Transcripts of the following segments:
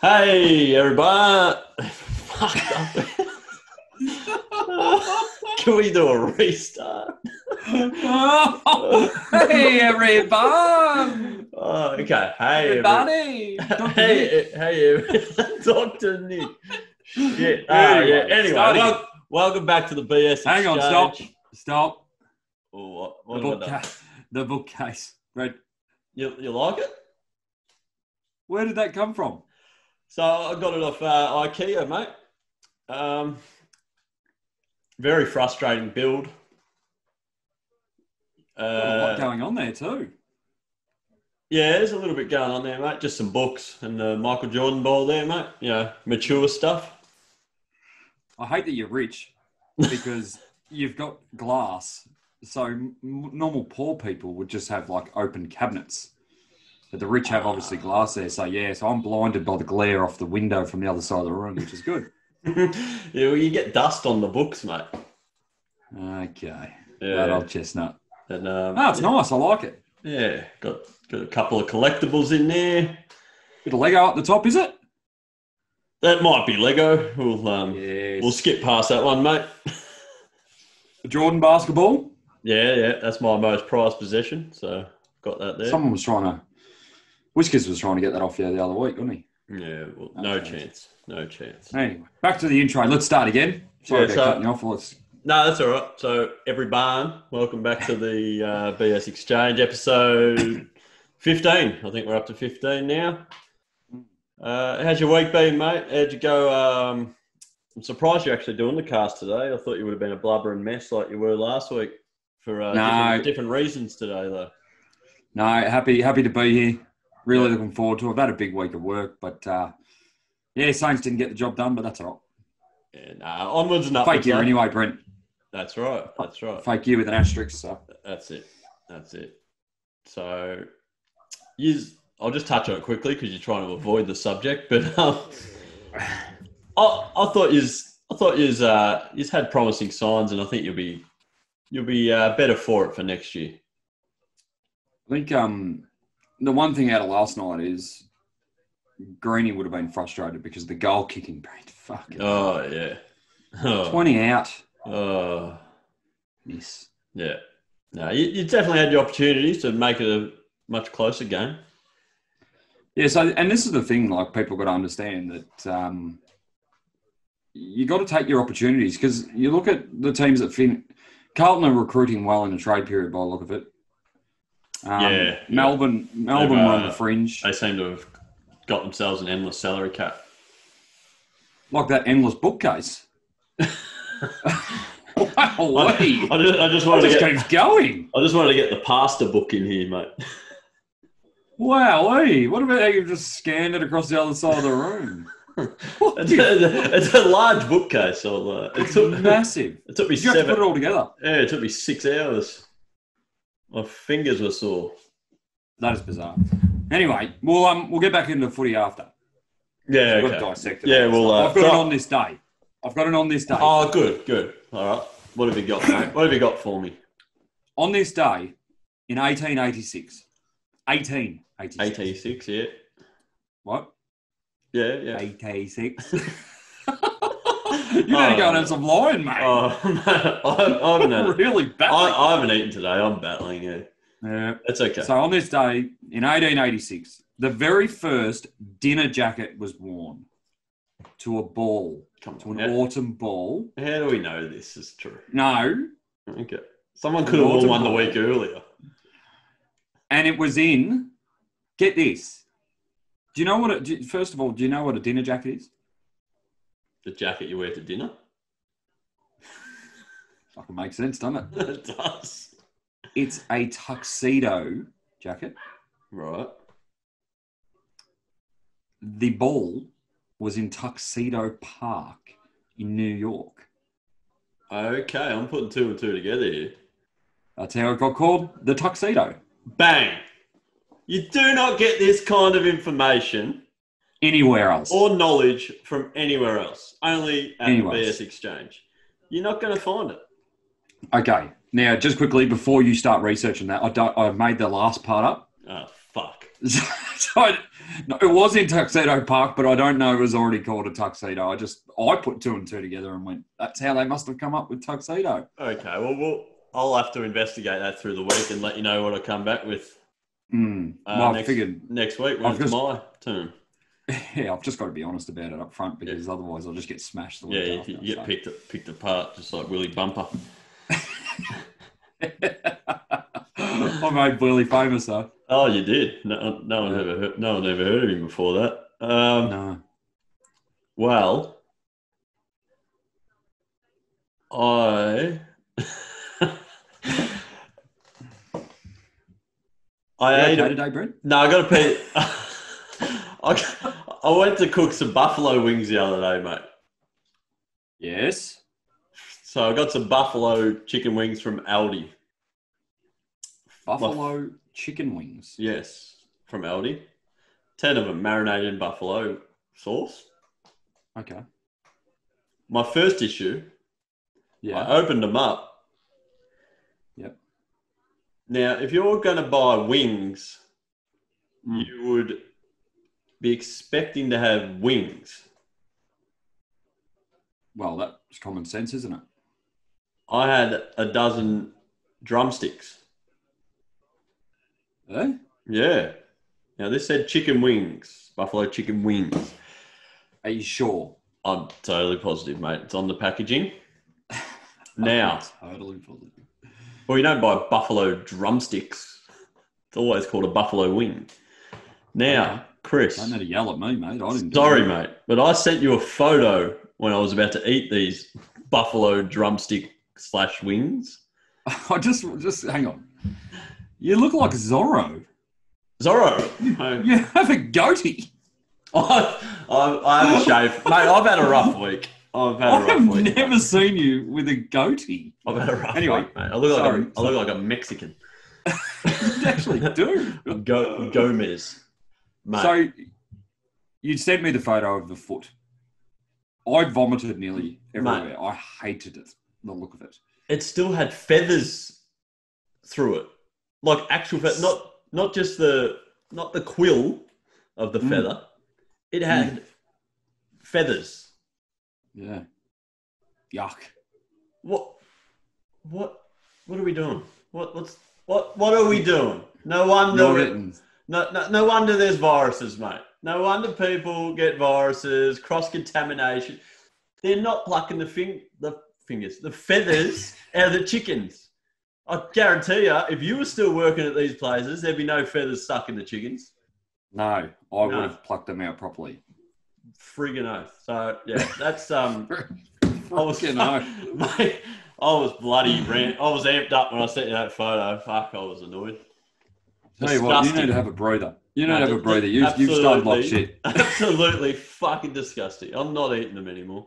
Hey, everybody. Can we do a restart? hey, everybody! Oh, okay. Hey, everybody. Everybody! Hey, eh, hey, every- Dr. Nick. Shit. Ah, yeah. Anyway, starting. wel- welcome back to the BS. Hang on, stop, Exchange. stop. Oh, what, The what have I done? bookcase. The bookcase. Right. You, you like it? Where did that come from? So I got it off uh, IKEA, mate. Um, very frustrating build. Got a lot Uh, going on there too. Yeah, there's a little bit going on there, mate. Just some books and the Michael Jordan ball there, mate. You know, mature stuff. I hate that you're rich because you've got glass. So m- normal poor people would just have like open cabinets. But the rich Ah. have obviously glass there. So yeah, so I'm blinded by the glare off the window from the other side of the room, which is good. yeah, well, you get dust on the books, mate. Okay. That Yeah, old chestnut. and um, No, Ah, it's nice. I like it. yeah, got got a couple of collectibles in there. Bit of Lego up the top, is it? That might be Lego. We'll um, Yes. we'll skip past that one, mate. Jordan basketball. Yeah, yeah, that's my most prized possession. So got that there. Someone was trying to. Whiskers was trying to get that off you the other week, wasn't he? yeah, well, no Okay. chance, no chance. Anyway, back to the intro. Let's start again. Sorry Yeah, about so- cutting you off. Let's. No, that's all right. So, every barn, welcome back to the uh, BS Exchange episode 15. I think we're up to 15 now. Uh, how's your week been, mate? How'd you go? Um, I'm surprised you're actually doing the cast today. I thought you would have been a blubbering mess like you were last week for uh, No. different, different reasons today, though. No, happy happy to be here. Really looking forward to it. I've had a big week of work, but uh, yeah, Saints didn't get the job done, but that's all Yeah, nah, onwards and right. upwards. Fake year mate. anyway, Brent. That's right. That's right. Fake year with an asterisk. So That's it. That's it. So, yous I'll just touch on it quickly because you're trying to avoid the subject. But um, I, I thought yous, I thought yous, uh, yous had promising signs, and I think you'll be, you'll be uh, better for it for next year. I think um, the one thing out of last night is Greeny would have been frustrated because the goal kicking, Brent. Fuck. it. Oh yeah. Oh, Twenty out. oh, Yes. yeah. No, you, you definitely had the opportunities to make it a much closer game. Yeah, so and this is the thing, like people got to understand that um, you got to take your opportunities because you look at the teams that fin. Carlton are recruiting well in the trade period by the look of it. Um, Yeah. Melbourne, Melbourne They've, were on uh, the fringe, They seem to have got themselves an endless salary cap. like that endless bookcase. wow, I, it I just, I just wanted to just get, keeps going. I just wanted to get the pasta book in here, mate. Wow, what about how you just scanned it across the other side of the room? What It's the- a, it's a large bookcase. So, uh, it, it's took, it massive. took me You have to seven. put it all together. yeah, it took me six hours. My fingers were sore. That is bizarre. Anyway, we'll um we'll get back into footy after. Yeah. We've got to Okay. dissect it. Yeah. Well. Uh, I've got it so- on this day. I've got it on this day. oh, good. Good. All right. What have you got, mate? What have you got for me? on this day in 1886. 1886. Eighty-six. Yeah. What? Yeah. Yeah. 86. you better go and have some lion, mate. Oh, I, I haven't had it. really I, bad. I haven't eaten today. I'm battling. Yeah. Yeah. That's okay. So on this day in 1886, the very first dinner jacket was worn to a ball, Come to on. an How, autumn ball. how do we know this is true? No, Okay. Someone could have worn one the week earlier. and it was in. Get this. Do you know what? A, do, you- first of all, do you know what a dinner jacket is? The jacket you wear to dinner. Fucking makes sense, doesn't it? it does. It's a tuxedo jacket. Right. The ball was in Tuxedo Park in New York. Okay, I'm putting two and two together here. That's how it got called, the tuxedo. Bang! You do not get this kind of information Anywhere else? or knowledge from anywhere else, only at Anywhere the else. BS Exchange. You're not going to find it. Okay. Now, just quickly before you start researching that, I don't. I made the last part up. Oh, fuck. So, so I- no, it was in Tuxedo Park, but I don't know it was already called a tuxedo. I just I put two and two together and went, that's how they must have come up with tuxedo. Okay, well, we'll I'll have to investigate that through the week and let you know what I come back with Mm. Uh, well, I next- figured, next week when I've it's just- my turn. yeah, I've just got to be honest about it up front because otherwise I'll just get smashed. The Yeah, week you, after, you get so. picked picked apart just like Willy Bumper. I made Willie famous though. Oh, you did. No, no one Yeah. ever heard, no one ever heard of him before that. Um, No. Well, I You I ate okay a today, Brent? No, I got to pee. I, I went to cook some buffalo wings the other day, mate. Yes. So I got some buffalo chicken wings from Aldi. Buffalo chicken wings. Yes, from Aldi. Ten of them marinated in buffalo sauce. Okay. My first issue, Yeah. I opened them up. Yep. Now, if you're going to buy wings, Mm. you would be expecting to have wings. Well, that's common sense, isn't it? I had a dozen drumsticks. Eh? Yeah. Now this said chicken wings, buffalo chicken wings. Are you sure? I'm totally positive, mate. It's on the packaging. Now, Totally positive. well, you don't buy buffalo drumsticks. It's always called a buffalo wing. Now, Chris, Don't need to yell at me, mate. I didn't. do sorry, it. mate, but I sent you a photo when I was about to eat these buffalo drumstick slash wings. I just, just hang on. You look like Zorro. Zorro, I, You have a goatee. I, I haven't shaved, mate. I've had a rough week. I've had a I rough have week. mate. never seen you with a goatee. I've had a rough Anyway, week, mate. I look sorry, like a, I look like a Mexican. You actually do. Go, Gomez, mate. So you sent me the photo of the foot. I vomited nearly everywhere. I hated it, the look of it. it still had feathers through it, like actual feathers, not not just the not the quill of the Mm. feather. It had feathers. Yeah. Yuck. What? What? What are we doing? What? What's? What? What are we doing? No wonder. You're getting No, no, no wonder there's viruses, mate. No wonder people get viruses, cross contamination. They're not plucking the fing- the fingers, the feathers out of the chickens. I guarantee you, if you were still working at these places, there'd be no feathers stuck in the chickens. No, I would No. have plucked them out properly. Friggin' oath. So yeah, that's um. I was Fucking hell. mate, I was bloody rant. I was amped up when I sent you that photo. Fuck, I was annoyed. Tell you what, you Disgusting. need to have a breather. You need No, to have a d- breather. You, you've started like absolutely. shit. Absolutely fucking disgusting. I'm not eating them anymore.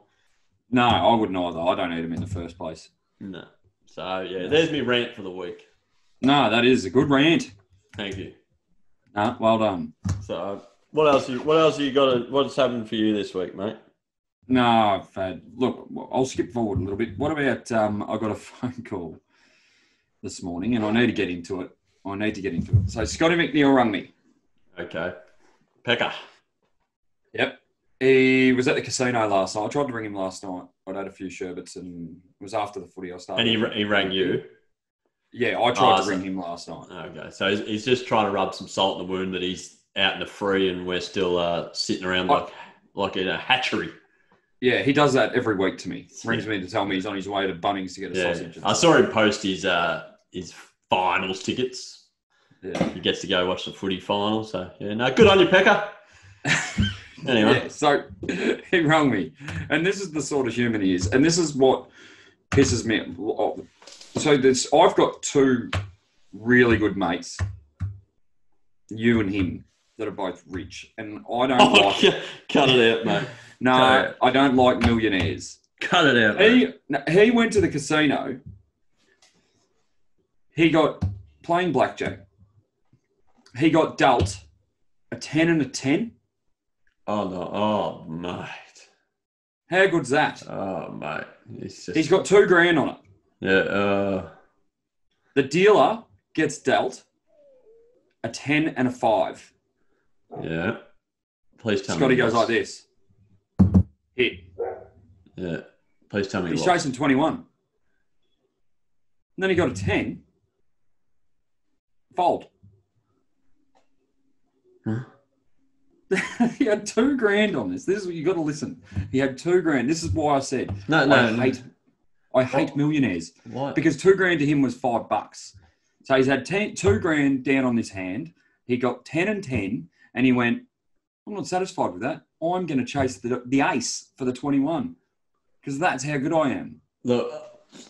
No, I wouldn't either. I don't eat them in the first place. No. So yeah, there's me rant for the week. No, that is a good rant. Thank you. No, well done. So what else? You, what else you got? What's happened for you this week, mate? No, I've had. Look, I'll skip forward a little bit. What about? Um, I got a phone call this morning, and I need to get into it. I need to get into it. So Scotty McNeil rung me. Okay. Pecker. Yep. He was at the casino last night. I tried to ring him last night. I'd had a few sherbets, and it was after the footy. I started. And he, he rang you. Yeah, I tried Oh, to ring him last night. Okay. So he's, he's just trying to rub some salt in the wound that he's out in the free, and we're still uh, sitting around like like in a hatchery. Yeah, he does that every week to me. Rings me to tell me he's on his way to Bunnings to get a Yeah. sausage. I saw him post his uh, his finals tickets. Yeah. He gets to go watch the footy final. So yeah, no, good on you, Pecker. anyway. Yeah, so he rung me, and this is the sort of human he is, and this is what pisses me off. So this, I've got two really good mates, you and him, that are both rich, and I don't Oh, like. yeah. cut it out, mate. No, Sorry. I don't like millionaires. Cut it out. mate. He no, he went to the casino. He got playing blackjack. He got dealt a ten and a ten. Oh no! Oh mate! How good's that? Oh mate! It's just He's got two grand on it. yeah. Uh, The dealer gets dealt a ten and a five. Yeah. Please tell Scotty me. goes it was- like this. Hit. Yeah. Please tell me. it He's was. chasing 21. And then he got a 10. Fold. Huh? he had two grand on this. This is what you got to listen. He had two grand. This is why I said No, no. I hate, I hate millionaires Why? because two grand to him was five bucks. So he's had ten, two grand down on his hand. He got ten and ten, and he went. I'm not satisfied with that. I'm going to chase the, the ace for the 21 because that's how good I am. Look, That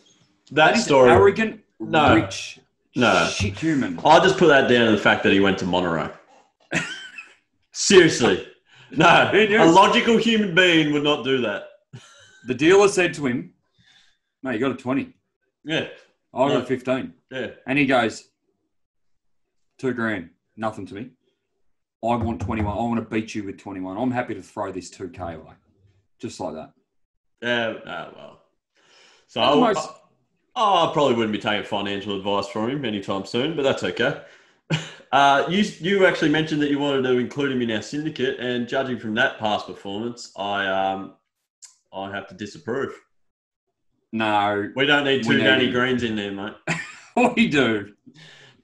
that is story. arrogant, No. rich, No. shit human. I'll just put that down to the fact that he went to Monterey. Seriously. No, Who knew? a logical human being would not do that. The dealer said to him, "No, you got a 20. Yeah, I got No. a 15." yeah. And he goes, two grand, nothing to me. I want 21. I want to beat you with 21. I'm happy to throw this 2K away. Just like that. Yeah, ah, well. So At the I, most- oh, I probably wouldn't be taking financial advice from him anytime soon, but that's okay. Uh, you you actually mentioned that you wanted to include him in our syndicate, and judging from that past performance, I um I have to disapprove. No, We don't need We two need Danny him. Greens in there, mate. we do.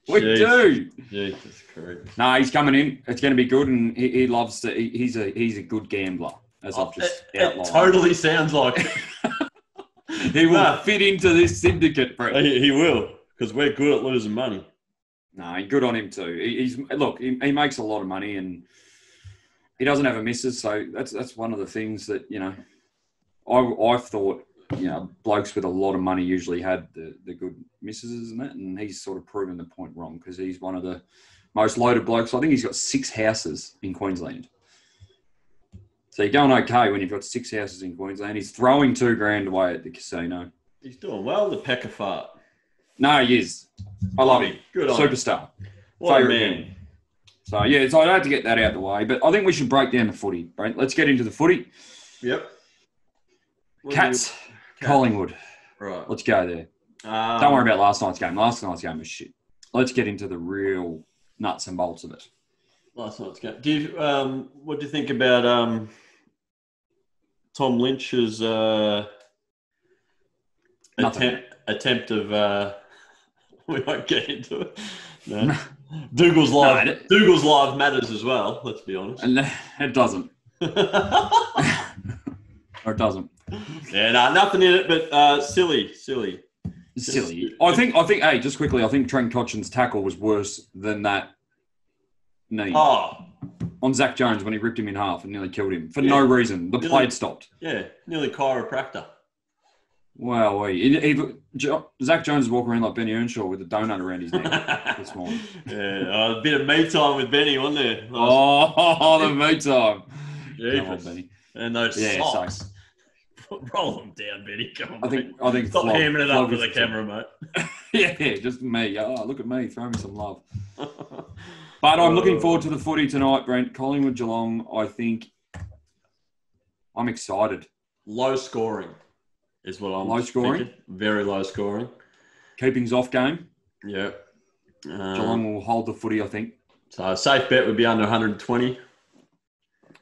We Jeez. do. Jesus Christ. No, he's coming in. It's going to be good, and he, he loves to. He, he's a he's a good gambler, as I've just Uh, Oh, it, it outlined. totally sounds like it. He will Nah. fit into this syndicate, Brett. he, he will because we're good at losing money. No, good on him too. He, he's look, he, he makes a lot of money and he doesn't have a missus, so that's that's one of the things that you know. I I've thought you know blokes with a lot of money usually had the the good missuses and that, and he's sort of proven the point wrong because he's one of the most loaded blokes. I think he's got six houses in Queensland. So you're going okay when you've got six houses in Queensland. He's throwing two grand away at the casino. He's doing well. The pecker fart. No, he is. I love him. Good on him. Superstar. What a Favourite man. game. So yeah, so I'd have to get that out of the way. But I think we should break down the footy, Brent. Let's get into the footy. Yep. What do you- Cats, Collingwood. Right. Let's go there. Um, Don't worry about last night's game. Last night's game was shit. Let's get into the real nuts and bolts of it. last night's game. Do you, um, what do you think about um, Tom Lynch's uh, Nothing. attempt attempt of? Uh, we won't get into it. No. Dougal's live. No, it- Dougal's live matters as well. Let's be honest. And it doesn't. yeah, Or it doesn't. no, nothing in it, but uh, silly, silly. It's silly. I think I think hey, just quickly, I think Trent Cotchin's tackle was worse than that knee Oh, on Zach Jones when he ripped him in half and nearly killed him for no reason. The Really? play had stopped. yeah, nearly chiropractor. Wow, he, he, Jo- Zach Jones is walking around like Benny Earnshaw with a donut around his neck. This morning. yeah, a bit of me time with Benny, wasn't there? Last- oh, the meat time. Jeepers. Come on, Benny. And those Yeah, socks. Roll them down, Benny. Come on. I mate. think I think Stop Flog- hamming it up Flog with is- the camera, mate. Yeah, yeah, just me. Oh, look at me, throw me some love. But I'm looking forward to the footy tonight, Brent. Collingwood Geelong. I think I'm excited. Low scoring is what I'm Low scoring? thinking. Very low scoring. Keeping's off game. Yeah. Um, Geelong will hold the footy. I think. so a safe bet would be under 120.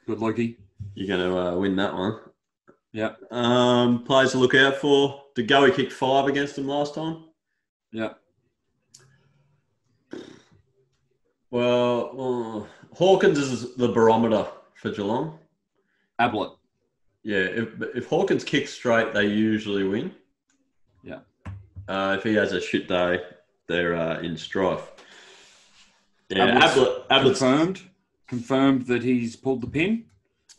Good Loki. You're going to uh, win that one. Yep. Um, players to look out for. Did Goey kick five against them last time? Yeah. Well, uh, Hawkins is the barometer for Geelong. Ablett. Yeah, if, if Hawkins kicks straight, they usually win. Yeah. Uh, if he has a shit day, they're uh, in strife. Yeah, Ablett's- Ablett, Ablett's- Confirmed. Confirmed that he's pulled the pin.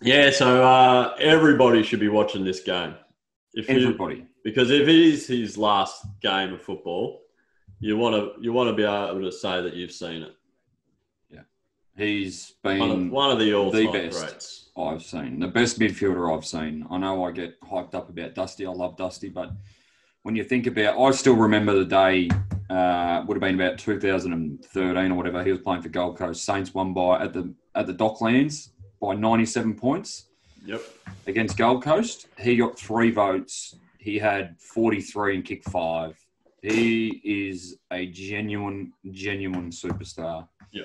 Yeah, so uh, everybody should be watching this game. If you, Everybody. because if it is his last game of football, you want to you want to be able to say that you've seen it. He's One of, been one of the all-time best. greats. I've seen the best midfielder I've seen. I know I get hyped up about Dusty. I love Dusty, but when you think about, I still remember the day. Uh, would have been about 2013 or whatever. He was playing for Gold Coast. Saints won by at the at the Docklands by 97 points Yep. against Gold Coast. He got three votes. He had 43 and kicked five. He is a genuine, genuine superstar. Yeah.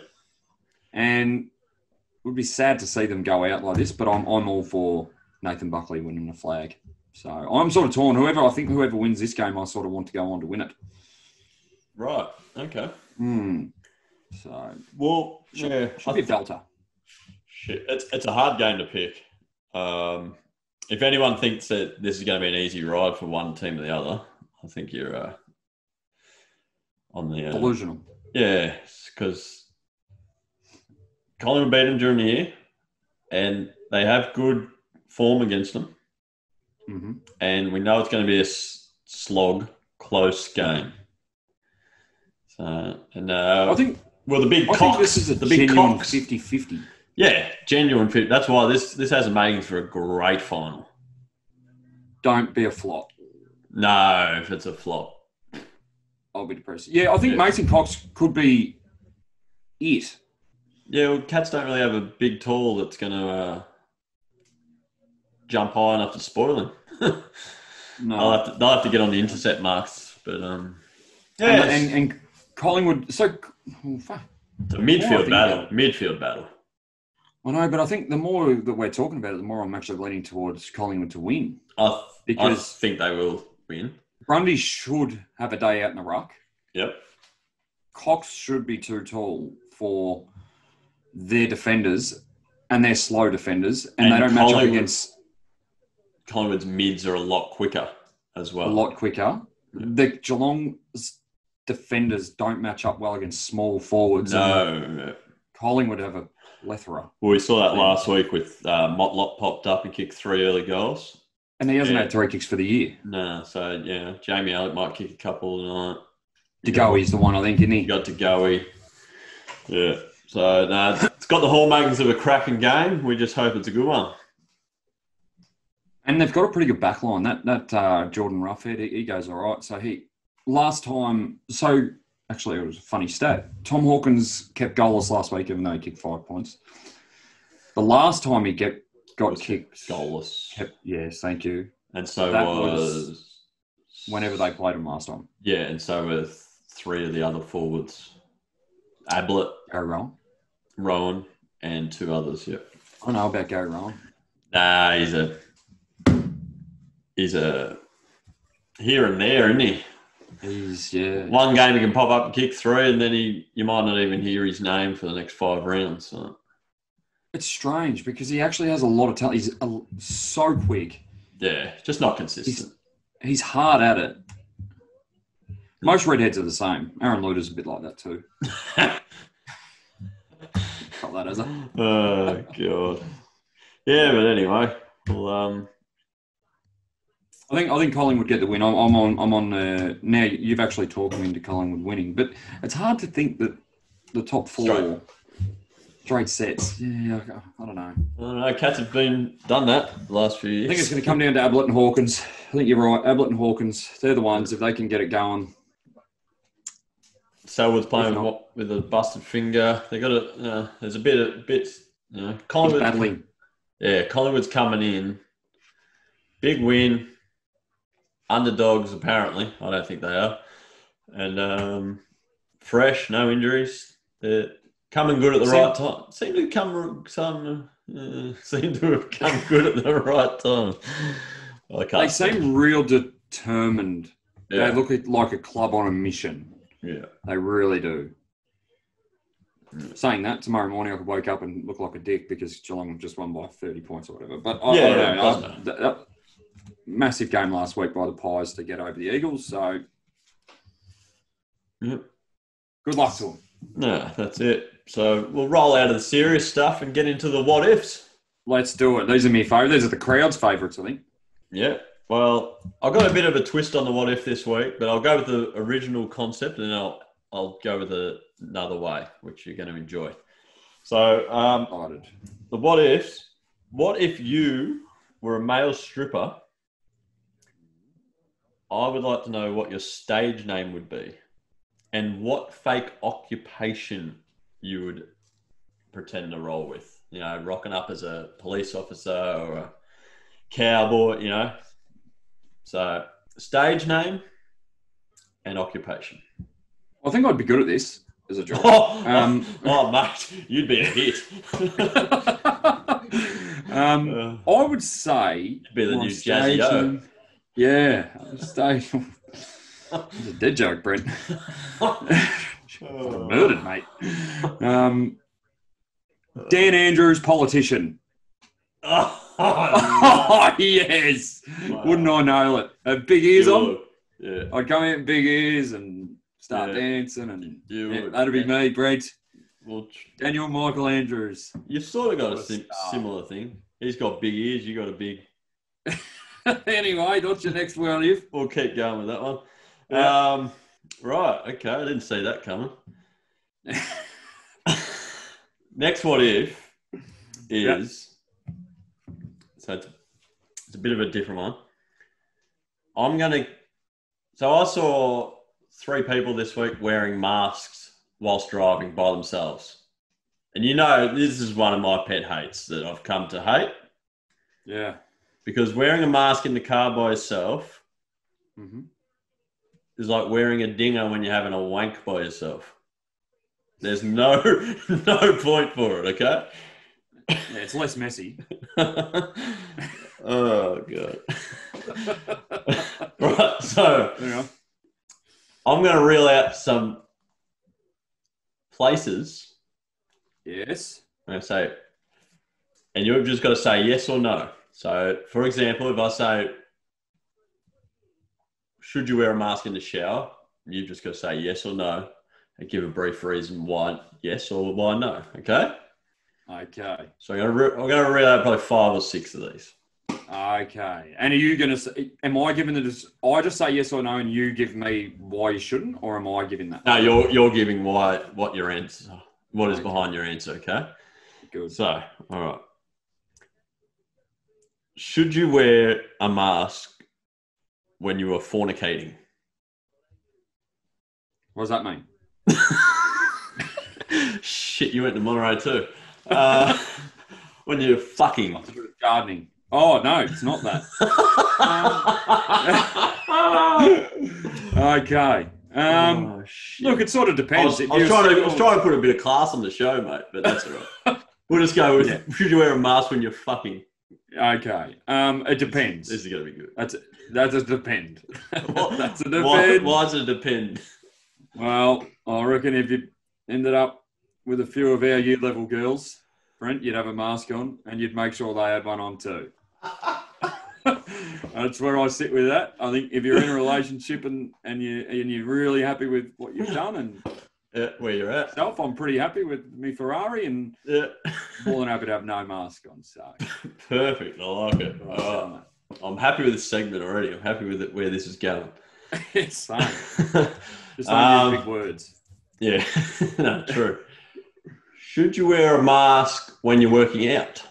And would be sad to see them go out like this, but I'm I'm all for Nathan Buckley winning the flag. So I'm sort of torn. Whoever I think whoever wins this game, I sort of want to go on to win it. Right. Okay. Hmm. So Well, Should- yeah. should be a belter. Shit, it's it's a hard game to pick. Um, if anyone thinks that this is going to be an easy ride for one team or the other, I think you're uh, on the uh, Delusional. yeah, because Collingwood beat them during the year, and they have good form against them, hmm and we know it's going to be a s- slog, close game. So, and I uh, think well, the big I think cock, this is a the big genuine cocks. 50-50. Yeah, genuine fit. That's why this this has a making for a great final. Don't be a flop. No, if it's a flop. I'll be depressed. Yeah, I think Yeah. Mason Cox could be it. Yeah, well, cats don't really have a big tool that's going to uh, jump high enough to spoil him. No. I'll have to, they'll have to get on the intercept marks, but um, yeah, and, and, and Collingwood. So oh, fuck. it's a Yeah, Oh, I think midfield battle. Midfield battle. I know, but I think the more that we're talking about it, the more I'm actually leaning towards Collingwood to win I, th- I because think they will win. Grundy should have a day out in the ruck. Yep. Cox should be too tall for their defenders and their slow defenders, and, And they don't match up Collingwood- against Collingwood's mids are a lot quicker as well. a lot quicker. Yeah. The Geelong's defenders don't match up well against small forwards. and No, no. Collingwood have a plethora, Well, we saw that last week with uh, Motlop popped up and kicked three early goals. and he hasn't Yeah. had three kicks for the year. No, so yeah, Jamie Alec might kick a couple tonight. You got- Degoe is the one, I think, isn't You he? got to Goey. Yeah. So no, it's got the hallmarks of a cracking game. We just hope it's a good one. And they've got a pretty good back line. That that uh, Jordan Roughhead, he, he goes all right. So he last time, so actually it was a funny stat. Tom Hawkins kept goalless last week, even though he kicked five points. The last time he kept got Was kicked, Goalless. kept, yes, thank you. And so That was, Whenever they played him last time, Yeah, and so were th- three of the other forwards. Ablett, go wrong. Rowan, and two others, yeah. I know about go wrong. Nah, he's a he's a here and there, isn't he? He's yeah. One game he can pop up and kick three, and then he you might not even hear his name for the next five rounds. So It's strange because he actually has a lot of talent. He's a, so quick. yeah, just not consistent. He's hard at it. Most redheads are the same. Aaron Luder's a bit like that too. Got that as a oh god. Yeah, but anyway, well, um, I think I think Collingwood get the win. I'm, I'm on. I'm on. Uh, now you've actually talked me into Collingwood winning, but it's hard to think that the top four Straight. straight, sets. Yeah, I, I don't know. I don't know. Cats have been done that the last few I years. think it's going to come down to Ablett and Hawkins. I think you're right. Ablett and Hawkins. They're the ones. If they can get it going, Selwood's If playing not- with, what- with a busted finger. They got a. Uh, there's a bit of bits. You know, he's Collingwood. battling. Yeah, Collingwood's coming in. Big win. Underdogs, apparently. I don't think they are. And um, fresh, no injuries. They're coming good at the Seem- right time. Seem to come some. Uh, seem to have come good at the right time. I They can't. seem real determined. yeah, They look like a club on a mission. yeah. They really do. Mm. Saying that, tomorrow morning I could wake up and look like a dick because Geelong just won by 30 points or whatever. But I, Yeah, I don't yeah, know. it does I- matter. that- that massive game last week by the Pies to get over the Eagles. So Yep. good luck to them. No, that's it. So we'll roll out of the serious stuff and get into the what ifs. Let's do it. These are my favourites. These are the crowd's favourites, I think. Yeah. Well, I've got a bit of a twist on the what if this week, but I'll go with the original concept and I'll I'll go with a, another way, which you're going to enjoy. So, um, Excited. the what ifs. What if you were a male stripper? I would like to know what your stage name would be and what fake occupation you would pretend to roll with. You know, rocking up as a police officer or a cowboy, you know. So, stage name and occupation. I think I'd be good at this. as a job. Oh, Um, oh, mate, you'd be a hit. um, Uh, I would say Be the on new Jazzy O. and- Yeah, on stage. It's a dead joke, Brent. Fucking Murdered, mate. Um, Dan Andrews, politician. oh, Oh yes, Wow. wouldn't I know it? Uh, big ears on. Yeah. I'd go out in big ears and start Yeah. dancing, and You yeah, would. that'd be me, Brent. Well, tr- Daniel Michael Andrews. you've sort of got What a a sim- star. similar thing. He's got big ears. You got a big. anyway, that's your next one, if. We'll keep going with that one. Yeah. Um, right. Okay. I didn't see that coming. Next, what if is so it's, it's a bit of a different one. I'm gonna. So I saw three people this week wearing masks whilst driving by themselves, and you know this is one of my pet hates that I've come to hate Yeah. because wearing a mask in the car by yourself hmm is like wearing a dinger when you're having a wank by yourself. There's no no point for it. Okay. Yeah, it's less messy. oh god. right, so Yeah. I'm going to reel out some places. Yes. I'm going to say, and you've just got to say yes or no. So, for example, if I say, "Should you wear a mask in the shower?" You've just got to say yes or no, and give a brief reason why yes or why no. Okay. Okay. So I'm going to re- I'm going to reel out probably five or six of these. Okay. And are you gonna? Say, am I giving the? dis- I just say yes or no, and you give me why you shouldn't, or am I giving that? No, you're you're giving why what your answer what is behind your answer, okay? Good. So, all right. Should you wear a mask when you are fornicating? What does that mean? Shit, you went to Monterey too. Uh, when you're fucking. Um, Gardening. Oh no, it's not that. okay. Um, oh, shit. look, it sort of I depends. was, I was trying to, I was trying to put a bit of class on the show, mate, but that's all right. We'll just go with Yeah. should you wear a mask when you're fucking? trying. Okay. Um, it depends. This is going to be good. That's that's a depend. What- that's a Why, depend. why does it depend? Well, I reckon if you ended up with a few of our year level girls, Brent, you'd have a mask on and you'd make sure they had one on too. That's where I sit with that. I think if you're in a relationship and, and you and you're really happy with what you've done and Yeah, where you're at. self, I'm pretty happy with me Ferrari and Yeah. more than happy to have no mask on. So Perfect. I like it. that's All right. how that- I'm happy with this segment already. I'm happy with it, where this is going. it's same. Just don't Um, use big words. yeah, no, true. Should you wear a mask when you're working out?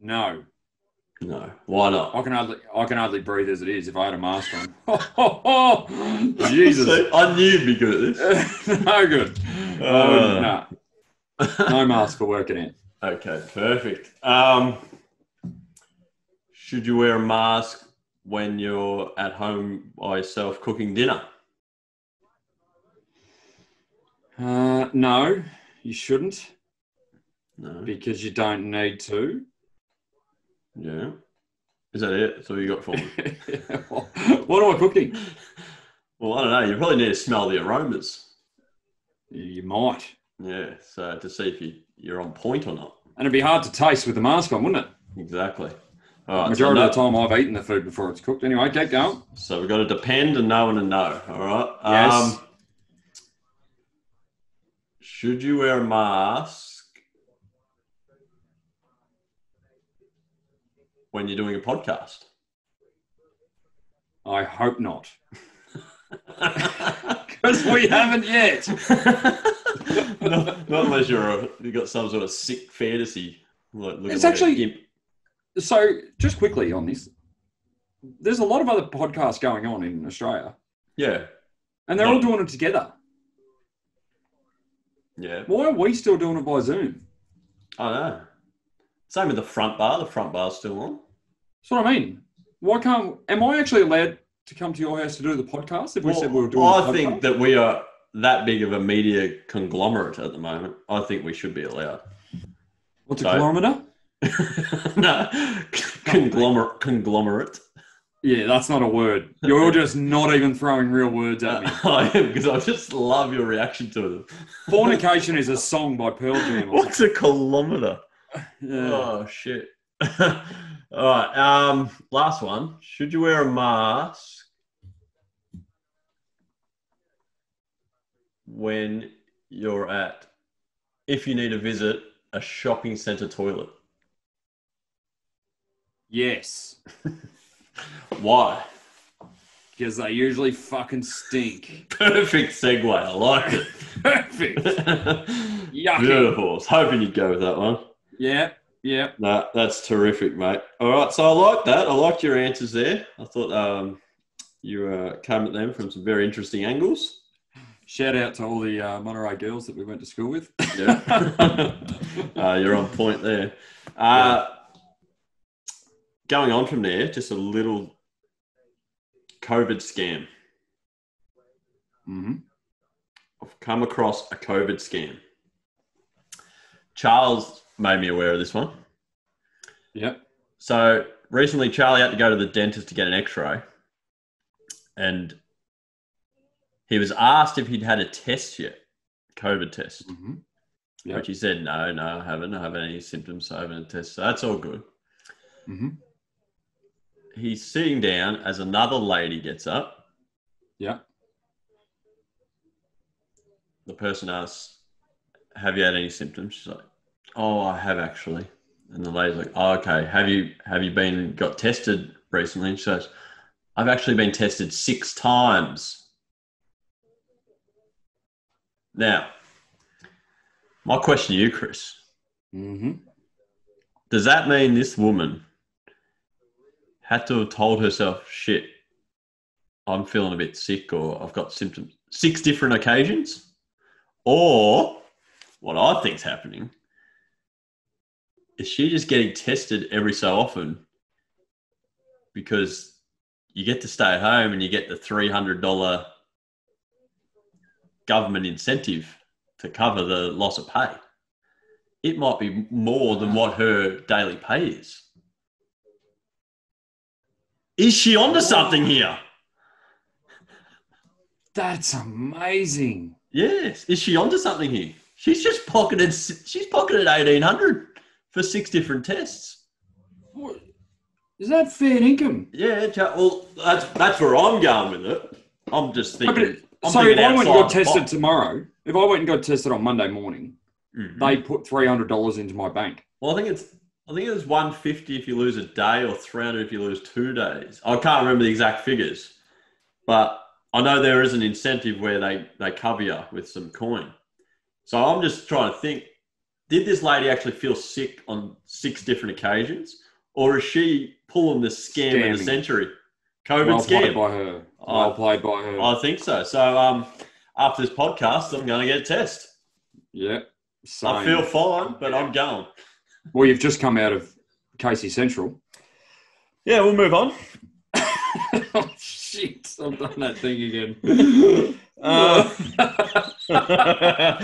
No. No. Why not? I can hardly I can hardly breathe as it is if I had a mask on. Jesus. See, I knew you'd be good at this. no good. Uh. Oh, no, no. No mask for working in. Okay, perfect. Um, should you wear a mask when you're at home by yourself cooking dinner? Uh, no, you shouldn't No. because you don't need to. Yeah. Is that it? That's all you got for me? what am I cooking? well, I don't know. You probably need to smell the aromas. You might. Yeah, so to see if you, you're on point or not. And it'd be hard to taste with the mask on, wouldn't it? Exactly. All right, so, Majority no, of the time I've eaten the food before it's cooked. Anyway, keep going. so we've got to depend and know and a no. All right. Um, Yes. should you wear a mask when you're doing a podcast? I hope not. Because we haven't yet. not, not unless you're a, you've got some sort of sick fantasy. Like looking It's like a actually- gimp. So, just quickly on this, there's a lot of other podcasts going on in Australia, yeah, and they're Yeah. all doing it together. yeah. Why are we still doing it by Zoom? I know. Same with the front bar. The front bar's still on. That's what I mean. Why can't? Am I actually allowed? to come to your house to do the podcast? If we Well, said we were doing, I the think podcast? that we are that big of a media conglomerate at the moment. I think we should be allowed. what's a so- kilometer? no, conglomerate, conglomerate. Yeah, that's not a word. You're just not even throwing real words at me. I am because I just love your reaction to them. Fornication is a song by Pearl Jam. or What's a kilometre? something. Yeah. Oh shit! All right, um, last one. Should you wear a mask when you're at, if you need to visit a shopping centre toilet? Yes, Why? because they usually fucking stink. Perfect segue. I like it. Perfect. Yucky. Beautiful. I was hoping you'd go with that one. Yeah, yeah. No, that's terrific, mate. All right, so I like that. I liked your answers there. I thought um, you uh, came at them from some very interesting angles. Shout out to all the uh, Monterey girls that we went to school with. Yeah. uh, you're on point there. Uh, Going on from there, just a little COVID scam. hmm I've come across a COVID scam. Charles made me aware of this one. Yep. So recently, Charlie had to go to the dentist to get an X-ray, and he was asked if he'd had a test yet, COVID test, hmm Yep. which he said no, no, I haven't. I haven't any symptoms, so I haven't had a test. So that's all good. hmm He's sitting down as another lady gets up. Yeah. The person asks, "Have you had any symptoms?" She's like, "Oh, I have actually." And the lady's like, "Oh, okay. Have you have you been got tested recently?" And she says, "I've actually been tested six times." Now, my question to you, Chris, hmm does that mean this woman had to have told herself, shit, I'm feeling a bit sick or I've got symptoms? Six different occasions? Or what I think's happening is she just getting tested every so often because you get to stay at home and you get the $300 government incentive to cover the loss of pay it might be more than what her daily pay is. Is she onto something here? That's amazing. Yes. Is she onto something here? She's just pocketed. She's pocketed eighteen hundred for six different tests. What- Is that fair income? Yeah. cha- Well, that's that's where I'm going with it. I'm just No, but thinking. it- I'm so if thinking I went and outside got the tested box. tomorrow, if I went and got tested on Monday morning, Mhm. they put three hundred dollars into my bank. Well, I think it's. I think it was 150 if you lose a day or 300 if you lose two days. I can't remember the exact figures, but I know there is an incentive where they, they cover you with some coin. So I'm just trying to think did this lady actually feel sick on six different occasions, or is she pulling the scam of the Scamming. century? COVID Well played scam. by her. Oh. Well played by her. I think so. So um, after this podcast, I'm going to get a test. yeah. I Same. feel fine, but I'm going. well, you've just come out of Casey Central. Yeah, we'll move on. oh shit! I've done that thing again. Uh, anyway,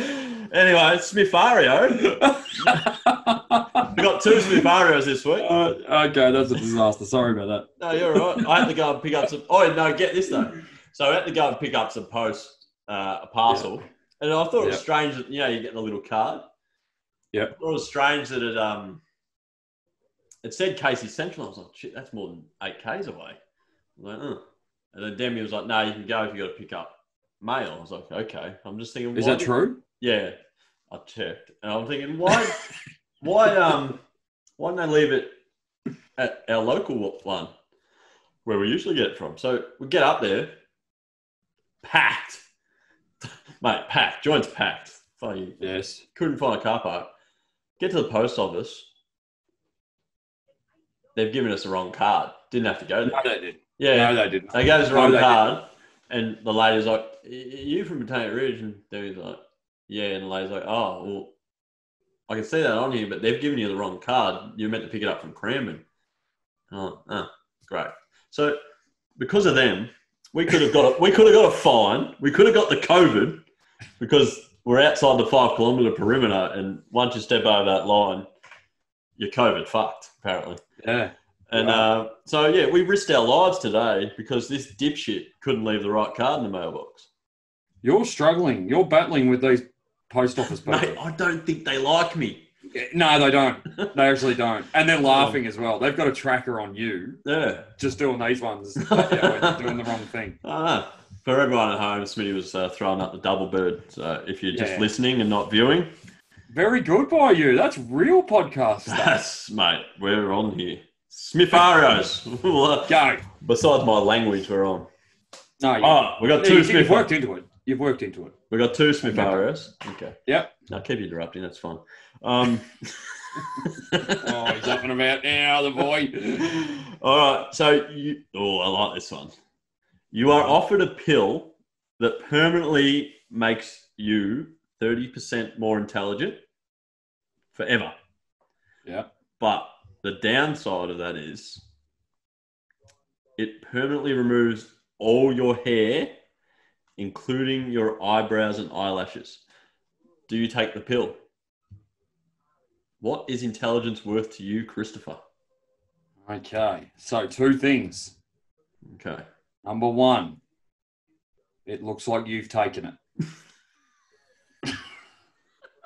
Smithario. we got two Smitharios this week. Uh, okay, that's a disaster. Sorry about that. No, you're all right. I had to go and pick up some. Oh no, get this though. So I had to go and pick up some post, uh, a parcel, and I thought it was Yeah. strange that you know you're getting a little card. Yeah. I thought it was strange that it um, it said Casey Central. I was like, shit, that's more than eight k's away. I was like, "Huh." and then Demi was like, no, you can go if you got to pick up mail. I was like, okay. I'm just thinking, Is why that did- true? Yeah, I checked, and I'm thinking, why, why, um, why don't they leave it at our local one where we usually get it from? So we get up there, packed, mate, packed, joints packed. Funny, Yes. couldn't find a car park. Get to the post office. They've given us the wrong card. Didn't have to go No, there. they did. Yeah, No, they didn't. they gave us the No, wrong they card, and the lady's like, "Are you from Botanic Ridge? And Demi's like, yeah. And the lady's like, oh, well, I can see that on here, but they've given you the wrong card. You're meant to pick it up from Cranbourne. And I'm like, oh, great. "Ah, So because of them, we could have got a, we could have got a fine. We could have got the COVID because we're outside the five kilometre perimeter, and once you step over that line, you're COVID fucked apparently. Yeah. And Wow. uh, so yeah, we risked our lives today because this dipshit couldn't leave the right card in the mailbox. You're struggling. You're battling with these post office people. Mate, I don't think they like me. No, they don't. They actually don't. And they're laughing as well. They've got a tracker on you Yeah. just doing these ones, yeah, when doing the wrong thing. I know. For everyone at home, Smitty was uh, throwing up the double bird. So if you're just Yeah. listening and not viewing, Very good by you. That's real podcast stuff. that's, mate, we're on here. Smitharios. Well, uh, Go. Besides my language, we're on. No, you, Oh, we got no, two you, have Smith. worked into it. You've worked into it. We got two Smith RS. Okay. Yep. Now keep interrupting. That's fine. Um, Oh, he's up and about now, the boy. all right. So you. Oh, I like this one. You are offered a pill that permanently makes you thirty percent more intelligent forever. Yeah. But the downside of that is it permanently removes all your hair, including your eyebrows and eyelashes. Do you take the pill? What is intelligence worth to you, Christopher? Okay. So, two things. Okay. Number one, it looks like you've taken it.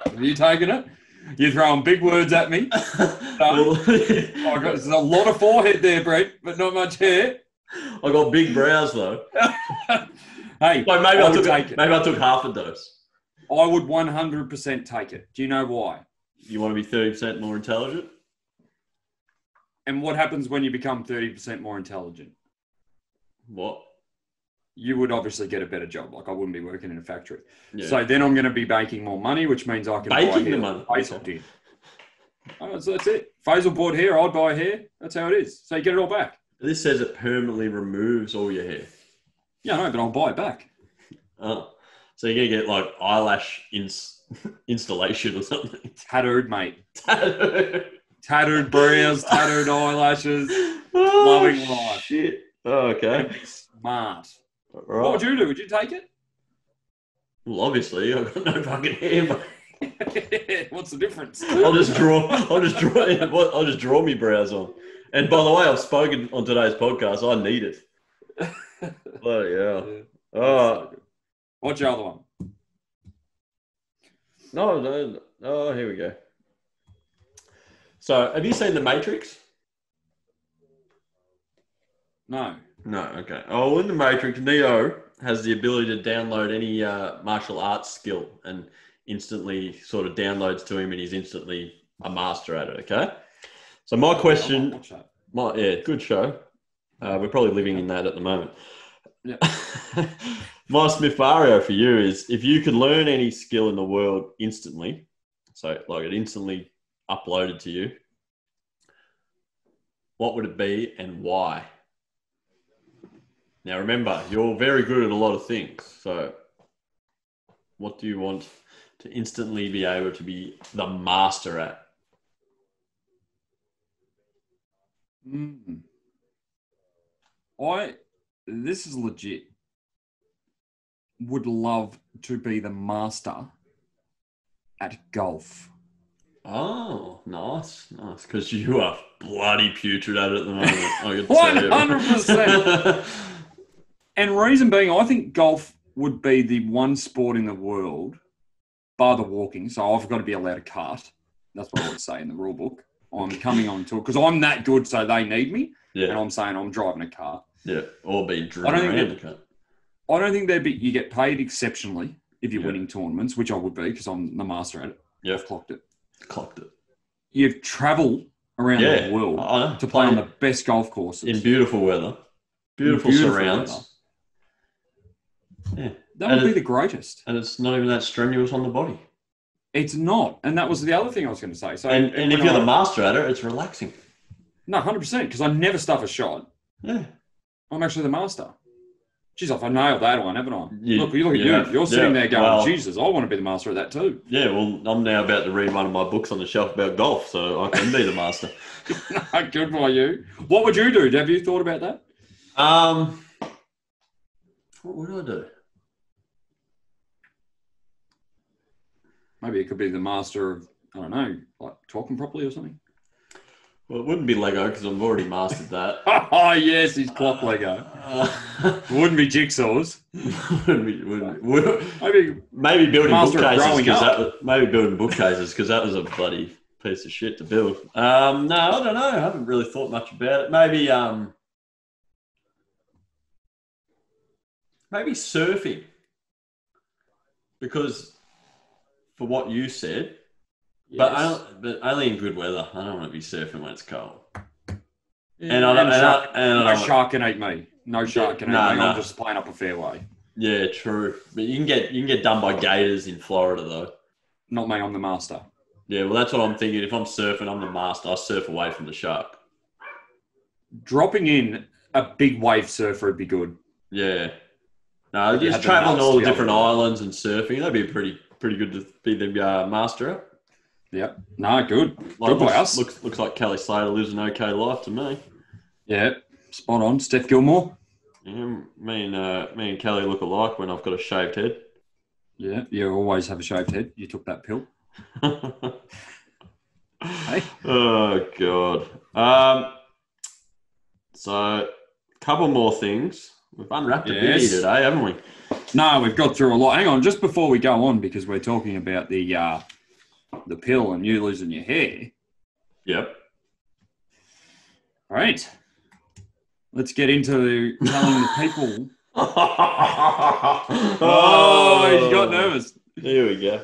Have you taken it? You're throwing big words at me. Well, Oh, I, God, got, there's a lot of forehead there, Brett, but not much hair. I got big brows though. Hey, So maybe I I, would took take it. maybe I took half a dose. I would 100% take it. Do you know why? You want to be thirty percent more intelligent? And what happens when you become 30% more intelligent? What? You would obviously get a better job. Like, I wouldn't be working in a factory. Yeah. So then I'm going to be making more money, which means I can buy Baking hair the like money. Faisal did. Oh, so that's it. Faisal bought hair, I'd buy hair. That's how it is. So you get it all back. this says it permanently removes all your hair. Yeah, no, but I'll buy it back. Oh, so you're gonna get like eyelash ins- installation or something. Tattooed, mate. Loving Tattooed brows, tattooed eyelashes. Loving life. Shit. Oh, okay. Be smart. What Right. would you do? Would you take it? well, obviously, I've got no fucking hair. But What's the difference? I'll just draw. I'll just draw. what- I'll just draw me brows on. And by the way, I've spoken on today's podcast. I need it. Bloody hell. Yeah. Oh What's your other one? no, no, no. Oh, here we go. So, have you seen The Matrix? No. No, okay. Oh, in the Matrix, Neo has the ability to download any uh, martial arts skill and instantly sort of downloads to him, and he's instantly a master at it. Okay. So my I might question, watch that. my yeah, good show. Uh, we're probably living in that at the moment. Yeah. my Smith Barrio for you is if you could learn any skill in the world instantly, so like it instantly uploaded to you, what would it be and why? Now remember, you're very good at a lot of things. So what do you want to instantly be able to be the master at? Mm. I this is legit. Would love to be the master at golf. Oh, nice, nice. Because you are bloody putrid at it at the moment. I could tell 100%. you. And reason being, I think golf would be the one sport in the world, bar the walking. So I've got to be allowed a cart. That's what I would say in the rule book. I'm coming on to it because I'm that good, so they need me. And yeah, I'm saying I'm driving a cart. yeah. Or be I driven don't around. think the cunt. I don't think there'd be you get paid exceptionally if you're Yeah. winning tournaments, which I would be because I'm the master at it. Yeah. I've clocked it. Clocked it. You travel around Yeah, the world I know. to play on the best golf courses. in beautiful weather, beautiful, beautiful surrounds, weather. that and would be it- the greatest. and it's not even that strenuous on the body. It's not, and that was the other thing I was going to say. So, And, and if when you're I- the master at it, it's relaxing. no, hundred percent, because I never stuff a shot. Yeah, I'm actually the master. Jeez, if I nailed that one, haven't I? You- look, you look at you have. you. You're sitting Yeah, there going, well- "Jesus, I want to be the master at that too." yeah. Well, I'm now about to read one of my books on the shelf about golf, so I can be the master. Good for you. What would you do? Have you thought about that? Um, What would I do? Maybe it could be the master of I don't know, like talking properly or something. Well, it wouldn't be Lego because I've already mastered that. Oh yes, he's clock Lego. Uh, Wouldn't be jigsaws. wouldn't be- wouldn't be- would- Maybe maybe building Master of bookcases growing 'cause up. that was, maybe building bookcases because that was a bloody piece of shit to build. Um, no, I don't know. I haven't really thought much about it. Maybe um, maybe surfing because for what you said, but I Yes. don't, but only in good weather. I don't want to be surfing when it's cold. Yeah, and I don't. And a I, shark- and I no don't shark can eat me. No shark can eat Nah, me. nah. I'm just playing up a fairway. yeah, true. But you can get you can get done by gators in Florida though. Not me. I'm the master. Yeah, well, that's what I'm thinking. If I'm surfing, I'm the master. I surf away from the shark. Dropping in a big wave surfer would be good. Yeah. No, If you just had the traveling nuts all the to be different able to- islands and surfing. That'd be pretty pretty good to be the uh, master at. Yep. No, good. Like, Good by looks, us. looks looks like Kelly Slater lives an okay life to me. Yeah. Spot on. Steph Gilmore. Yeah, me and uh, me and Kelly look alike when I've got a shaved head. Yeah. You always have a shaved head. You took that pill. Hey. Oh god. Um. So, couple more things. We've unwrapped a bit Yes. today, haven't we? No, we've got through a lot. Hang on, just before we go on, because we're talking about the uh, the pill and you losing your hair. Yep. All right. Let's get into the telling the people. oh, Oh, he's got nervous. There we go.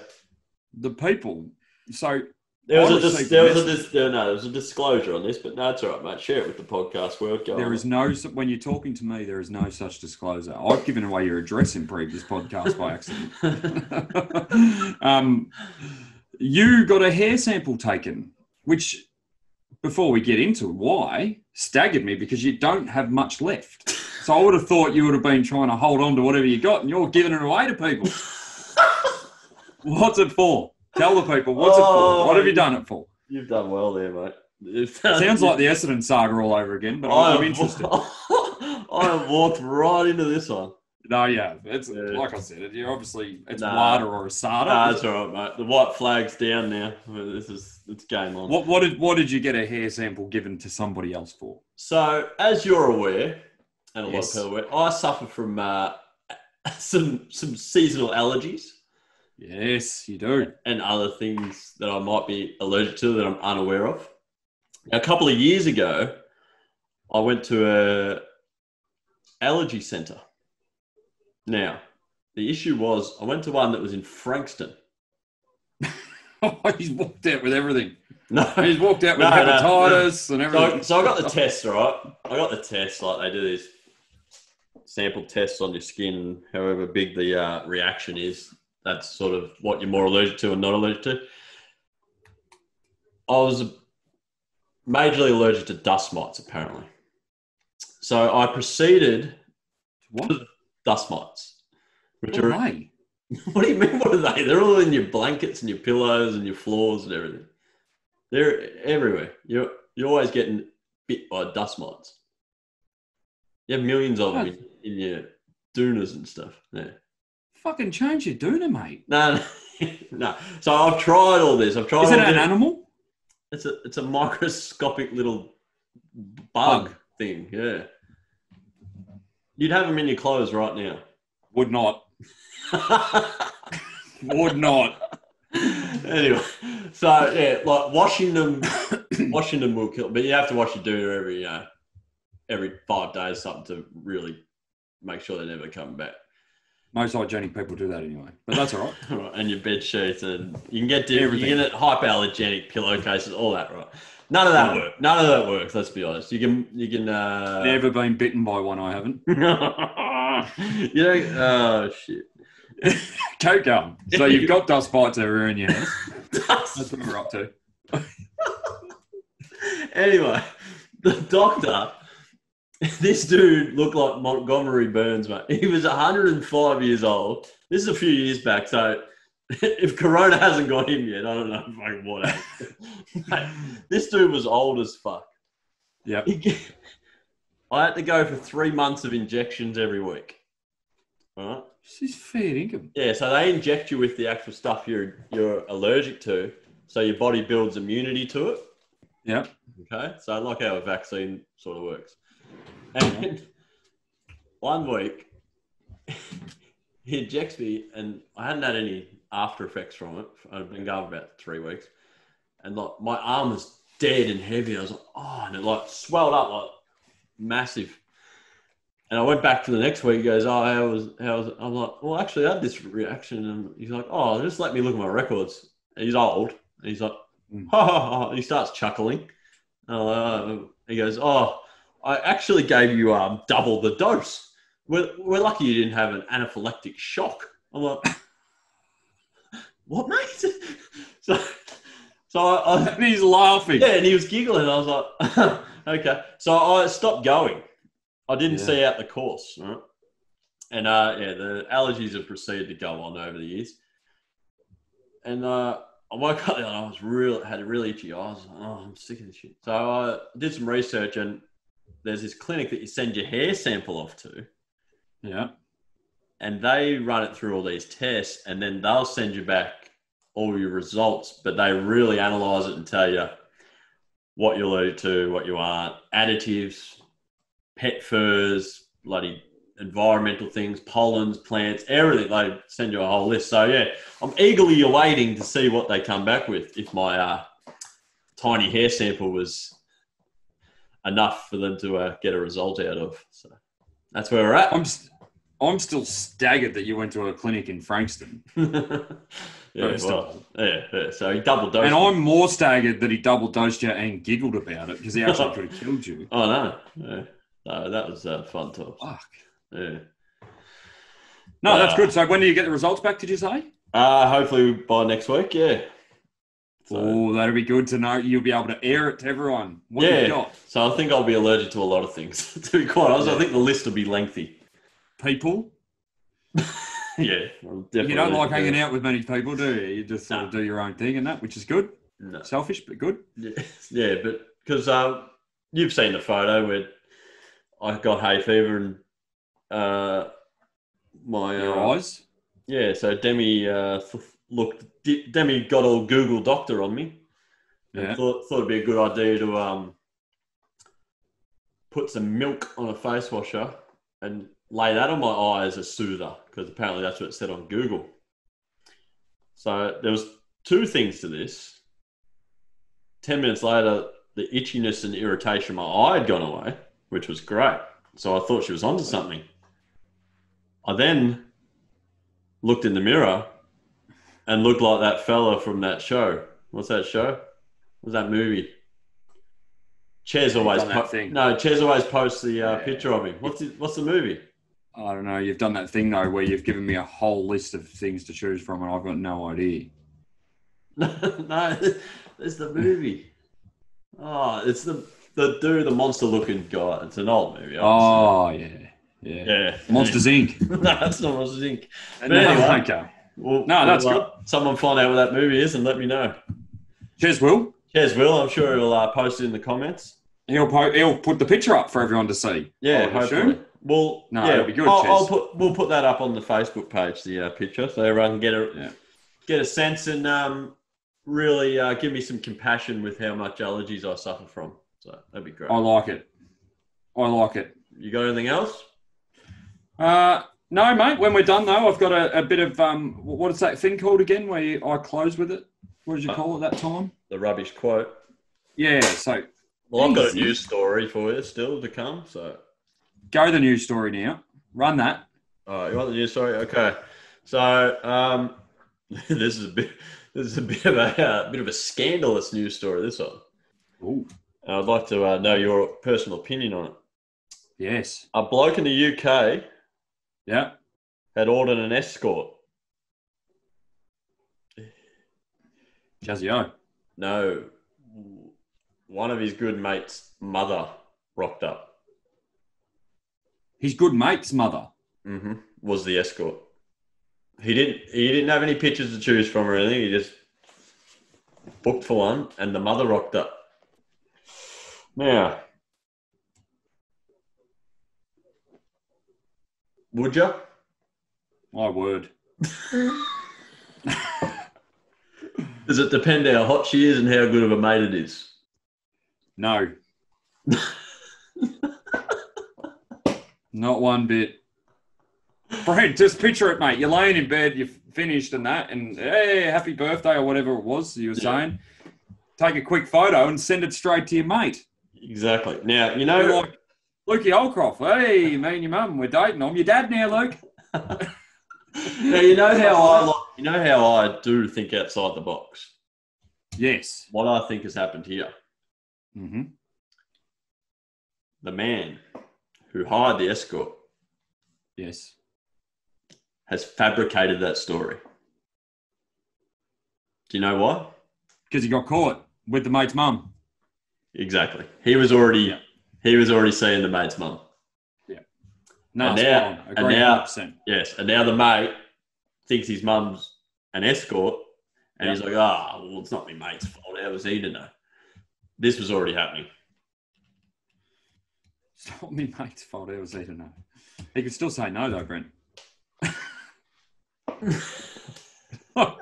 The people. So There was, a, Honestly, dis- there was a message- dis- no, there was a disclosure on this, but no, it's all right, mate. Share it with the podcast world. Go there on. is no when you're talking to me, there is no such disclosure. I've given away your address in previous podcasts by accident. um, you got a hair sample taken, which before we get into why staggered me because you don't have much left. So I would have thought you would have been trying to hold on to whatever you got, and you're giving it away to people. What's it for? Tell the people what's it for. What have you done it for? You've done well there, mate. It Sounds like the Essendon saga all over again, but Oh. I'm, I'm interested. I have walked right into this one. No, yeah, it's Yeah. like I said, you're obviously it's Nah. WADA or Asada. No, it's Uh, all right, mate. The white flag's down now. This is it's game on. what what did what did you get a hair sample given to somebody else for? So, as you're aware, and a Yes. lot of people are aware, I suffer from uh, some some seasonal allergies Yes, you do. and other things that I might be allergic to that I'm unaware of. A couple of years ago, I went to a allergy center. Now, the issue was I went to one that was in Frankston. He's walked out with everything. No, He's walked out with No, no, hepatitis and So, everything. so I got the test, all right? I got the test, like they do these sample tests on your skin, however big the uh, reaction is. That's sort of what you're more allergic to and not allergic to. I was majorly allergic to dust mites, apparently. So I proceeded what? dust mites, which What are way? what do you mean? What are they? They're all in your blankets and your pillows and your floors and everything. They're everywhere. You're you're always getting bit by dust mites. You have millions of them in, in your doonas and stuff. Yeah. Fucking change your doona, mate. No, no, no. So I've tried all this. I've tried. Is all it an this. animal? It's a it's a microscopic little bug Bug. thing. Yeah. You'd have them in your clothes right now. Would not. Would not. anyway, so yeah, like washing them, washing them will kill. But you have to wash your doona every uh, every five days, something to really make sure they never come back. Most hygienic people do that anyway, but that's all right. All right, and your bed sheets, and you can get different. You can Everything. get hypoallergenic pillowcases, all that, right? None of that works. None of that works. Let's be honest. You can, you can. Uh, Never been bitten by one. I haven't. you know, oh shit. Coke gum. So you've got dust bites everywhere in your house. That's what we're up to. anyway, the doctor, this dude looked like Montgomery Burns, mate. He was 105 years old. This is a few years back, so if Corona hasn't got him yet, I don't know fucking what happened. Mate, this dude was old as fuck. Yep. He g- I had to go for three months of injections every week. All right. She's fair income. Yeah, so they inject you with the actual stuff you're you're allergic to, so your body builds immunity to it. Yep. Okay, so I like how a vaccine sort of works. And then one week, he injects me, and I hadn't had any after effects from it. I've been going about three weeks, and like my arm was dead and heavy. I was like, oh, and it like swelled up like massive. And I went back to the next week. He goes, oh, how was how was? It? I'm like, well, actually, I had this reaction, and he's like, oh, just let me look at my records. And he's old, and he's like, Mm. ha ha ha. And he starts chuckling. And I'm like, "Oh." he goes, oh, I actually gave you um double the dose. We're we're lucky you didn't have an anaphylactic shock. I'm like, what, mate? so, so I, I And he's laughing. yeah, and he was giggling. I was like, okay. So I stopped going. I didn't Yeah. see out the course. Right? And uh, yeah, the allergies have proceeded to go on over the years. And uh, I woke up and I was real had really itchy eyes. Oh, I'm sick of this shit. So I did some research, and there's this clinic that you send your hair sample off to, Yeah. and they run it through all these tests, and then they'll send you back all your results, but they really analyze it and tell you what you're allergic to, what you aren't, additives, pet furs, bloody environmental things, pollens, plants, everything. They send you a whole list. So yeah, I'm eagerly awaiting to see what they come back with. If my uh, tiny hair sample was enough for them to uh, get a result out of. So that's where we're at. I'm st- I'm still staggered that you went to a clinic in Frankston. yeah, First of well, yeah, yeah. So he double dosed. And me. I'm more staggered that he double dosed you and giggled about it because he actually could have killed you. Oh no, yeah. no, that was uh, fun talk. Fuck. Yeah. No, that's Uh, good. So when do you get the results back, did you say? Uh, hopefully by next week. Yeah. So, Oh, that'll be good to know. You'll be able to air it to everyone. What Yeah. you got? so I think I'll be allergic to a lot of things. to be quite honest, I Yeah. think the list will be lengthy. People? yeah. I'm You don't like hanging out with many people, do you? You just sort No. of do your own thing and that, which is good. No. Selfish, but good. Yeah, yeah, but because um, you've seen the photo where I got hay fever and uh, my Your uh, eyes? Yeah, so Demi uh, th- looked. D- Demi got all Google Doctor on me. and Yeah. Thought, thought it'd be a good idea to um, put some milk on a face washer and lay that on my eye as a soother because apparently that's what it said on Google. So there was two things to this. Ten minutes later, the itchiness and irritation in my eye had gone away, which was great. So I thought she was onto something. I then looked in the mirror and looked like that fella from that show. What's that show? What's that movie? Chairs always done that po- thing. no. Chairs always posts the uh, Yeah. picture of him. What's his, what's the movie? I don't know. You've done that thing, though, where you've given me a whole list of things to choose from and I've got no idea. no, it's the movie. Oh, it's the the dude, the monster looking guy. It's an old movie. obviously. Oh, yeah. Yeah. yeah, Monsters Inc. no, that's not Monsters Inc. But No, anyway. okay. Well, No, that's well, uh, Someone find out what that movie is and let me know. Cheers, Will. Cheers, Will. I'm sure he'll uh, post it in the comments. He'll, po- he'll put the picture up for everyone to see. I Yeah, would hopefully. assume. Well, No, yeah, it'll be good, I'll, Chaz. I'll put we'll put that up on the Facebook page, the uh, picture, so everyone can get a Yeah. get a sense and um, really uh, give me some compassion with how much allergies I suffer from. So that'd be great. I like it. I like it. You got anything else? Uh, no, mate. When we're done, though, I've got a, a bit of um, wh- what is that thing called again? Where you, I close with it. What did you call it that time? The rubbish quote. Yeah. So Well, I've got a Easy. news story for you still to come. So, go the news story now. Run that. all right, you want the news story? Okay. So, um, this is a bit this is a bit of a uh, bit of a scandalous news story. This one. Ooh. And I'd like to uh, know your personal opinion on it. Yes. A bloke in the UK Yeah. had ordered an escort. Jazzy O. No, one of his good mates' mother rocked up. His good mate's mother. Mm-hmm. Was the escort? He didn't. He didn't have any pictures to choose from or anything. He just booked for one, and the mother rocked up. Now, would you? My word. Does it depend how hot she is and how good of a mate it is? No. Not one bit. Brad, just picture it, mate. You're laying in bed, you've finished and that, and hey, happy birthday or whatever it was you were Yeah. saying. Take a quick photo and send it straight to your mate. Exactly. Now, you Be know, like, Lukey Holcroft, hey, me and your mum, we're dating. I'm your dad now, Luke. now you know how I like, you know how I do think outside the box. Yes. What I think has happened here. hmm The man who hired the escort Yes. has fabricated that story. Do you know why? Because he got caught with the mate's mum. Exactly. He was already Yeah. he was already seeing the mate's mum. No, And it's now- fine. and Agree now- 100%. Yes, and now the mate thinks his mum's an escort, and Yeah. he's like, "Ah, well, it's not my mate's fault. How was he to know?" This was already happening. It's not my mate's fault. It was either no. He could still say no, though, Brent. oh,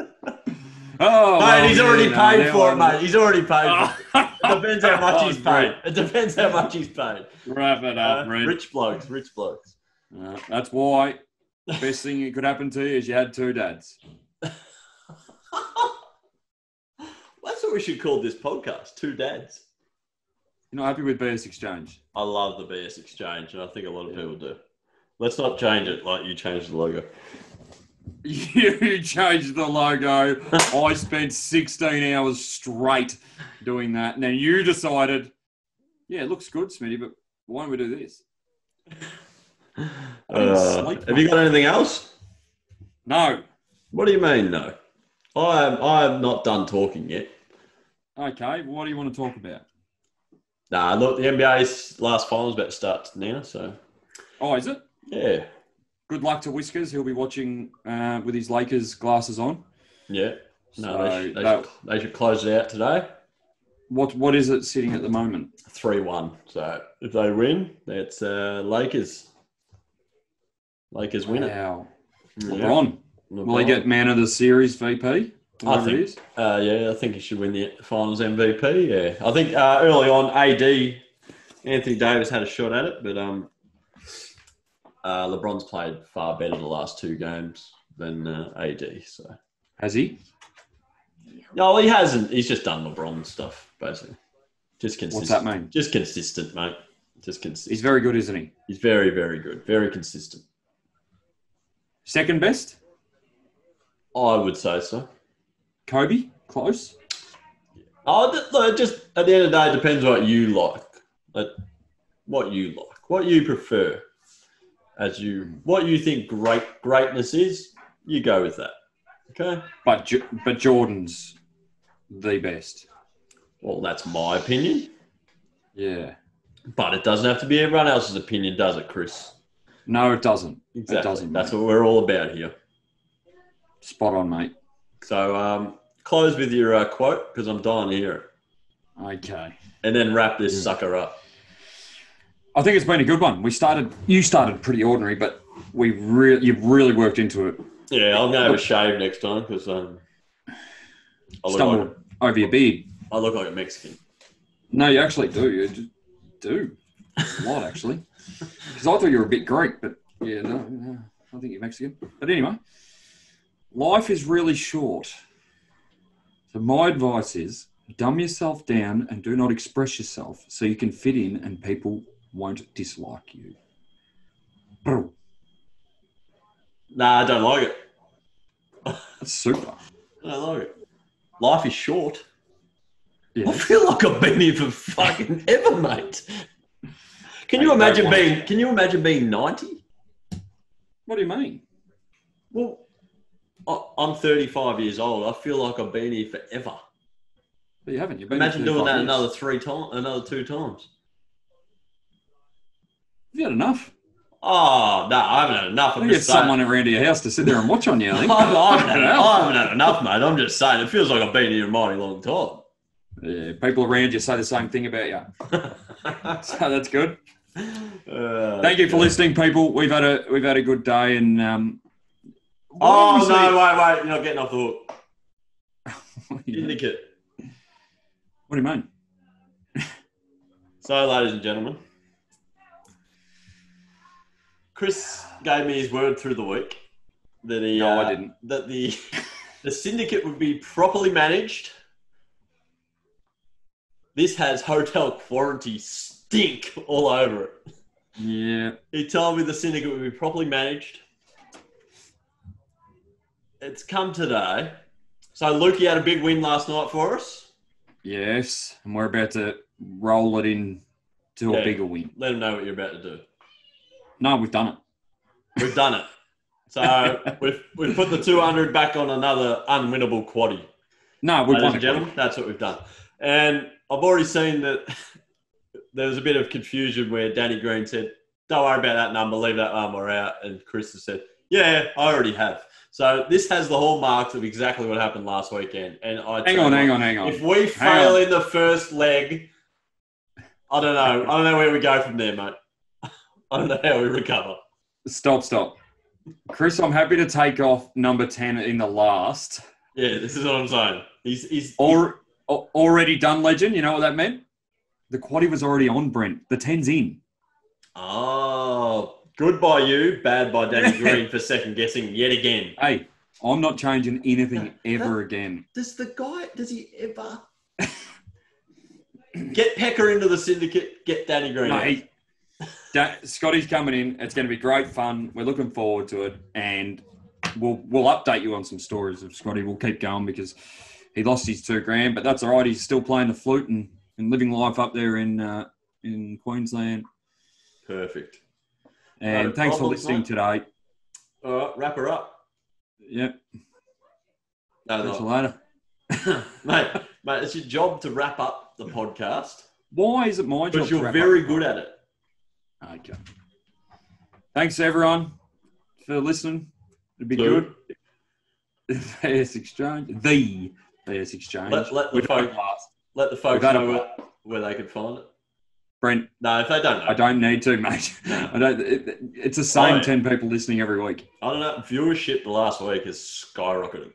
well, mate, he's yeah, already no, paid that for it, one- mate. He's already paid. for it. It depends how much he's paid. Brent, It depends how much he's paid. Wrap it Uh, up, Brent. rich blokes, rich blokes. Uh, that's why the best thing that could happen to you is you had two dads. That's what we should call this podcast: Two Dads. You're not happy with BS Exchange. I love the BS Exchange, and I think a lot of Yeah. people do. Let's not change it like you changed the logo. You changed the logo. I spent 16 hours straight doing that. And then you decided, yeah, it looks good, Smitty, but why don't we do this? didn't Uh, sleep, have you got anything else? No. What do you mean, no? I am, I am not done talking yet. Okay, what do you want to talk about? Nah, look, the NBA's last finals about to start now, so Oh, is it? yeah, Good luck to Whiskers. He'll be watching uh, with his Lakers glasses on. yeah. No, So they, should, they, that- should, they should close it out today. what what is it sitting at the moment? Three one. So if they win, that's uh, Lakers. Lakers win it. Wow. Yeah. LeBron. Will he LeBron. get man of the series VP? Whatever think- it is. Uh, yeah, I think he should win the finals MVP. Yeah, I think uh, early on, AD Anthony Davis had a shot at it, but um, uh, LeBron's played far better the last two games than uh, AD. So Has he? no, he hasn't. He's just done LeBron stuff basically. Just consistent. What's that mean? Just consistent, mate. Just consistent. He's He's, very good, isn't he? very, very good. Very consistent. Second best? I would say so. Kobe? Close? Oh, th- look, it just at the end of the day, it depends what you like, like what you like, what you prefer, as you what you think great greatness is. You go with that. Okay. But J- but Jordan's the best. Well, that's my opinion, Yeah. but it doesn't have to be everyone else's opinion, does it, Chris? No, it doesn't. Exactly. doesn't, that's mate. what we're all about here. Spot on, mate. So, um, close with your uh, quote because I'm dying to hear it, Okay. and then wrap this Mm. sucker up. I think it's been a good one. We started. You started pretty ordinary, but we really you've really worked into it. Yeah, I'm gonna have a shave next time because um, I look, Stumbled like, over your beard. I look like a Mexican. No, you actually do. You d- do a lot actually. Because I thought you were a bit Greek, but yeah, no, no, I think you're Mexican. But anyway, life is really short. So my advice is dumb yourself down and do not express yourself so you can fit in and people won't dislike you. Bro, Nah, I don't like it. that's super. I don't like it. Life is short. I Yeah. feel like I've been here for fucking ever, mate. Can you Mate, imagine don't worry. being? Can you imagine being ninety? What do you mean? Well, I, I'm 35 years old. I feel like I've been here forever. But you haven't. You've been here Imagine doing 35 that years. another three times, another two times. You've had enough. Oh no, I haven't had enough. I I'm think it's just saying. someone around your house to sit there and watch on you. I I think. haven't, I haven't had, I haven't had enough, mate. I'm just saying. It feels like I've been here a mighty long time. Yeah, people around you say the same thing about you. So that's good. Uh, Thank you for listening, people. We've had a we've had a good day, and um, Oh, was no, he- wait, wait. You're not getting off the hook. What do you- Syndicate. what do you mean? So, ladies and gentlemen, Chris gave me his word through the week that he No, Oh, I uh, didn't. that the the syndicate would be properly managed. This has hotel quarantine stink all over it. Yeah. He told me the syndicate would be properly managed. It's come today. So Lukey had a big win last night for us. Yes. And we're about to roll it in to Yeah. a bigger win. Let him know what you're about to do. No, we've done it. We've done it. So we've, we've put the 200 back on another unwinnable quaddy. No, we Ladies won and it. gentlemen, that's what we've done. And I've already seen that there was a bit of confusion where Danny Green said, don't worry about that number, leave that armour out. And Chris has said, yeah, I already have. So this has the hallmarks of exactly what happened last weekend. And I Hang on, hang on, hang If on. we Hang fail on. in the first leg, I don't know. I don't know where we go from there, mate. I don't know how we recover. Stop, stop. Chris, I'm happy to take off number 10 in the last. Yeah, this is what I'm saying. He's, he's Or, al- already done legend. You know what that meant? The quaddy was already on Brent. The 10's in. Oh, good by you, bad by Danny Yeah. Green for second guessing yet again. Hey, I'm not changing anything ever again. Does the guy, does he ever get Pecker into the syndicate? Get Danny Green. No, out. he- Da- Scotty's coming in. It's going to be great fun. We're looking forward to it, and we'll we'll update you on some stories of Scotty. We'll keep going because he lost his two grand, but that's all right. He's still playing the flute and, and living life up there in uh, in Queensland. Perfect. And No thanks for problem, listening mate. today. All right, wrap her up. Yep. No, Catch you no. later. mate, mate, it's your job to wrap up the podcast, Why is it my job? but to you're wrap very up? good at it. Okay. Thanks everyone for listening. It'd be Lou. good. BS Exchange. The BS Exchange. Let- let the We've had a folk- blast. Let the folks We've had a know where, where they can find it. Brent, No, if they don't know, I don't need to, mate. No. I don't. It, it's the same Right. ten people listening every week. I don't know. Viewership the last week is skyrocketing.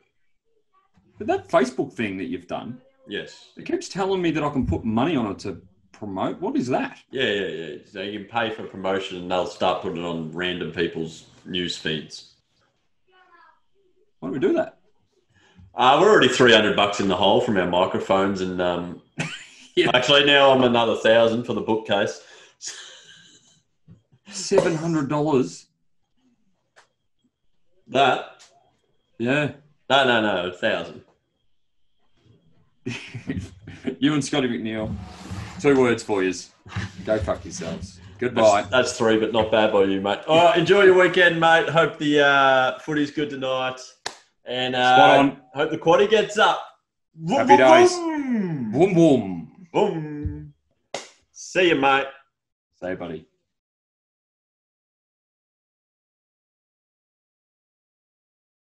But that Facebook thing that you've done, Yes. it keeps telling me that I can put money on it to promote. What is that? Yeah, yeah, yeah. So you can pay for promotion and they'll start putting it on random people's news feeds. Why do we do that? Uh, we're already 300 bucks in the hole from our microphones and um, Yeah. actually now I'm another thousand for the bookcase. Seven hundred dollars. That, Yeah. no, no, no, a thousand. you and Scotty McNeil. Two words for yous. Go fuck yourselves. That's, Goodbye. that's three, but not bad by you, mate. All right, enjoy your weekend, mate. Hope the uh, footy's good tonight. And uh, Spot on. hope the quaddy gets up. Vroom, Happy vroom, vroom. days. Boom boom. Boom. See you, mate. Say, buddy.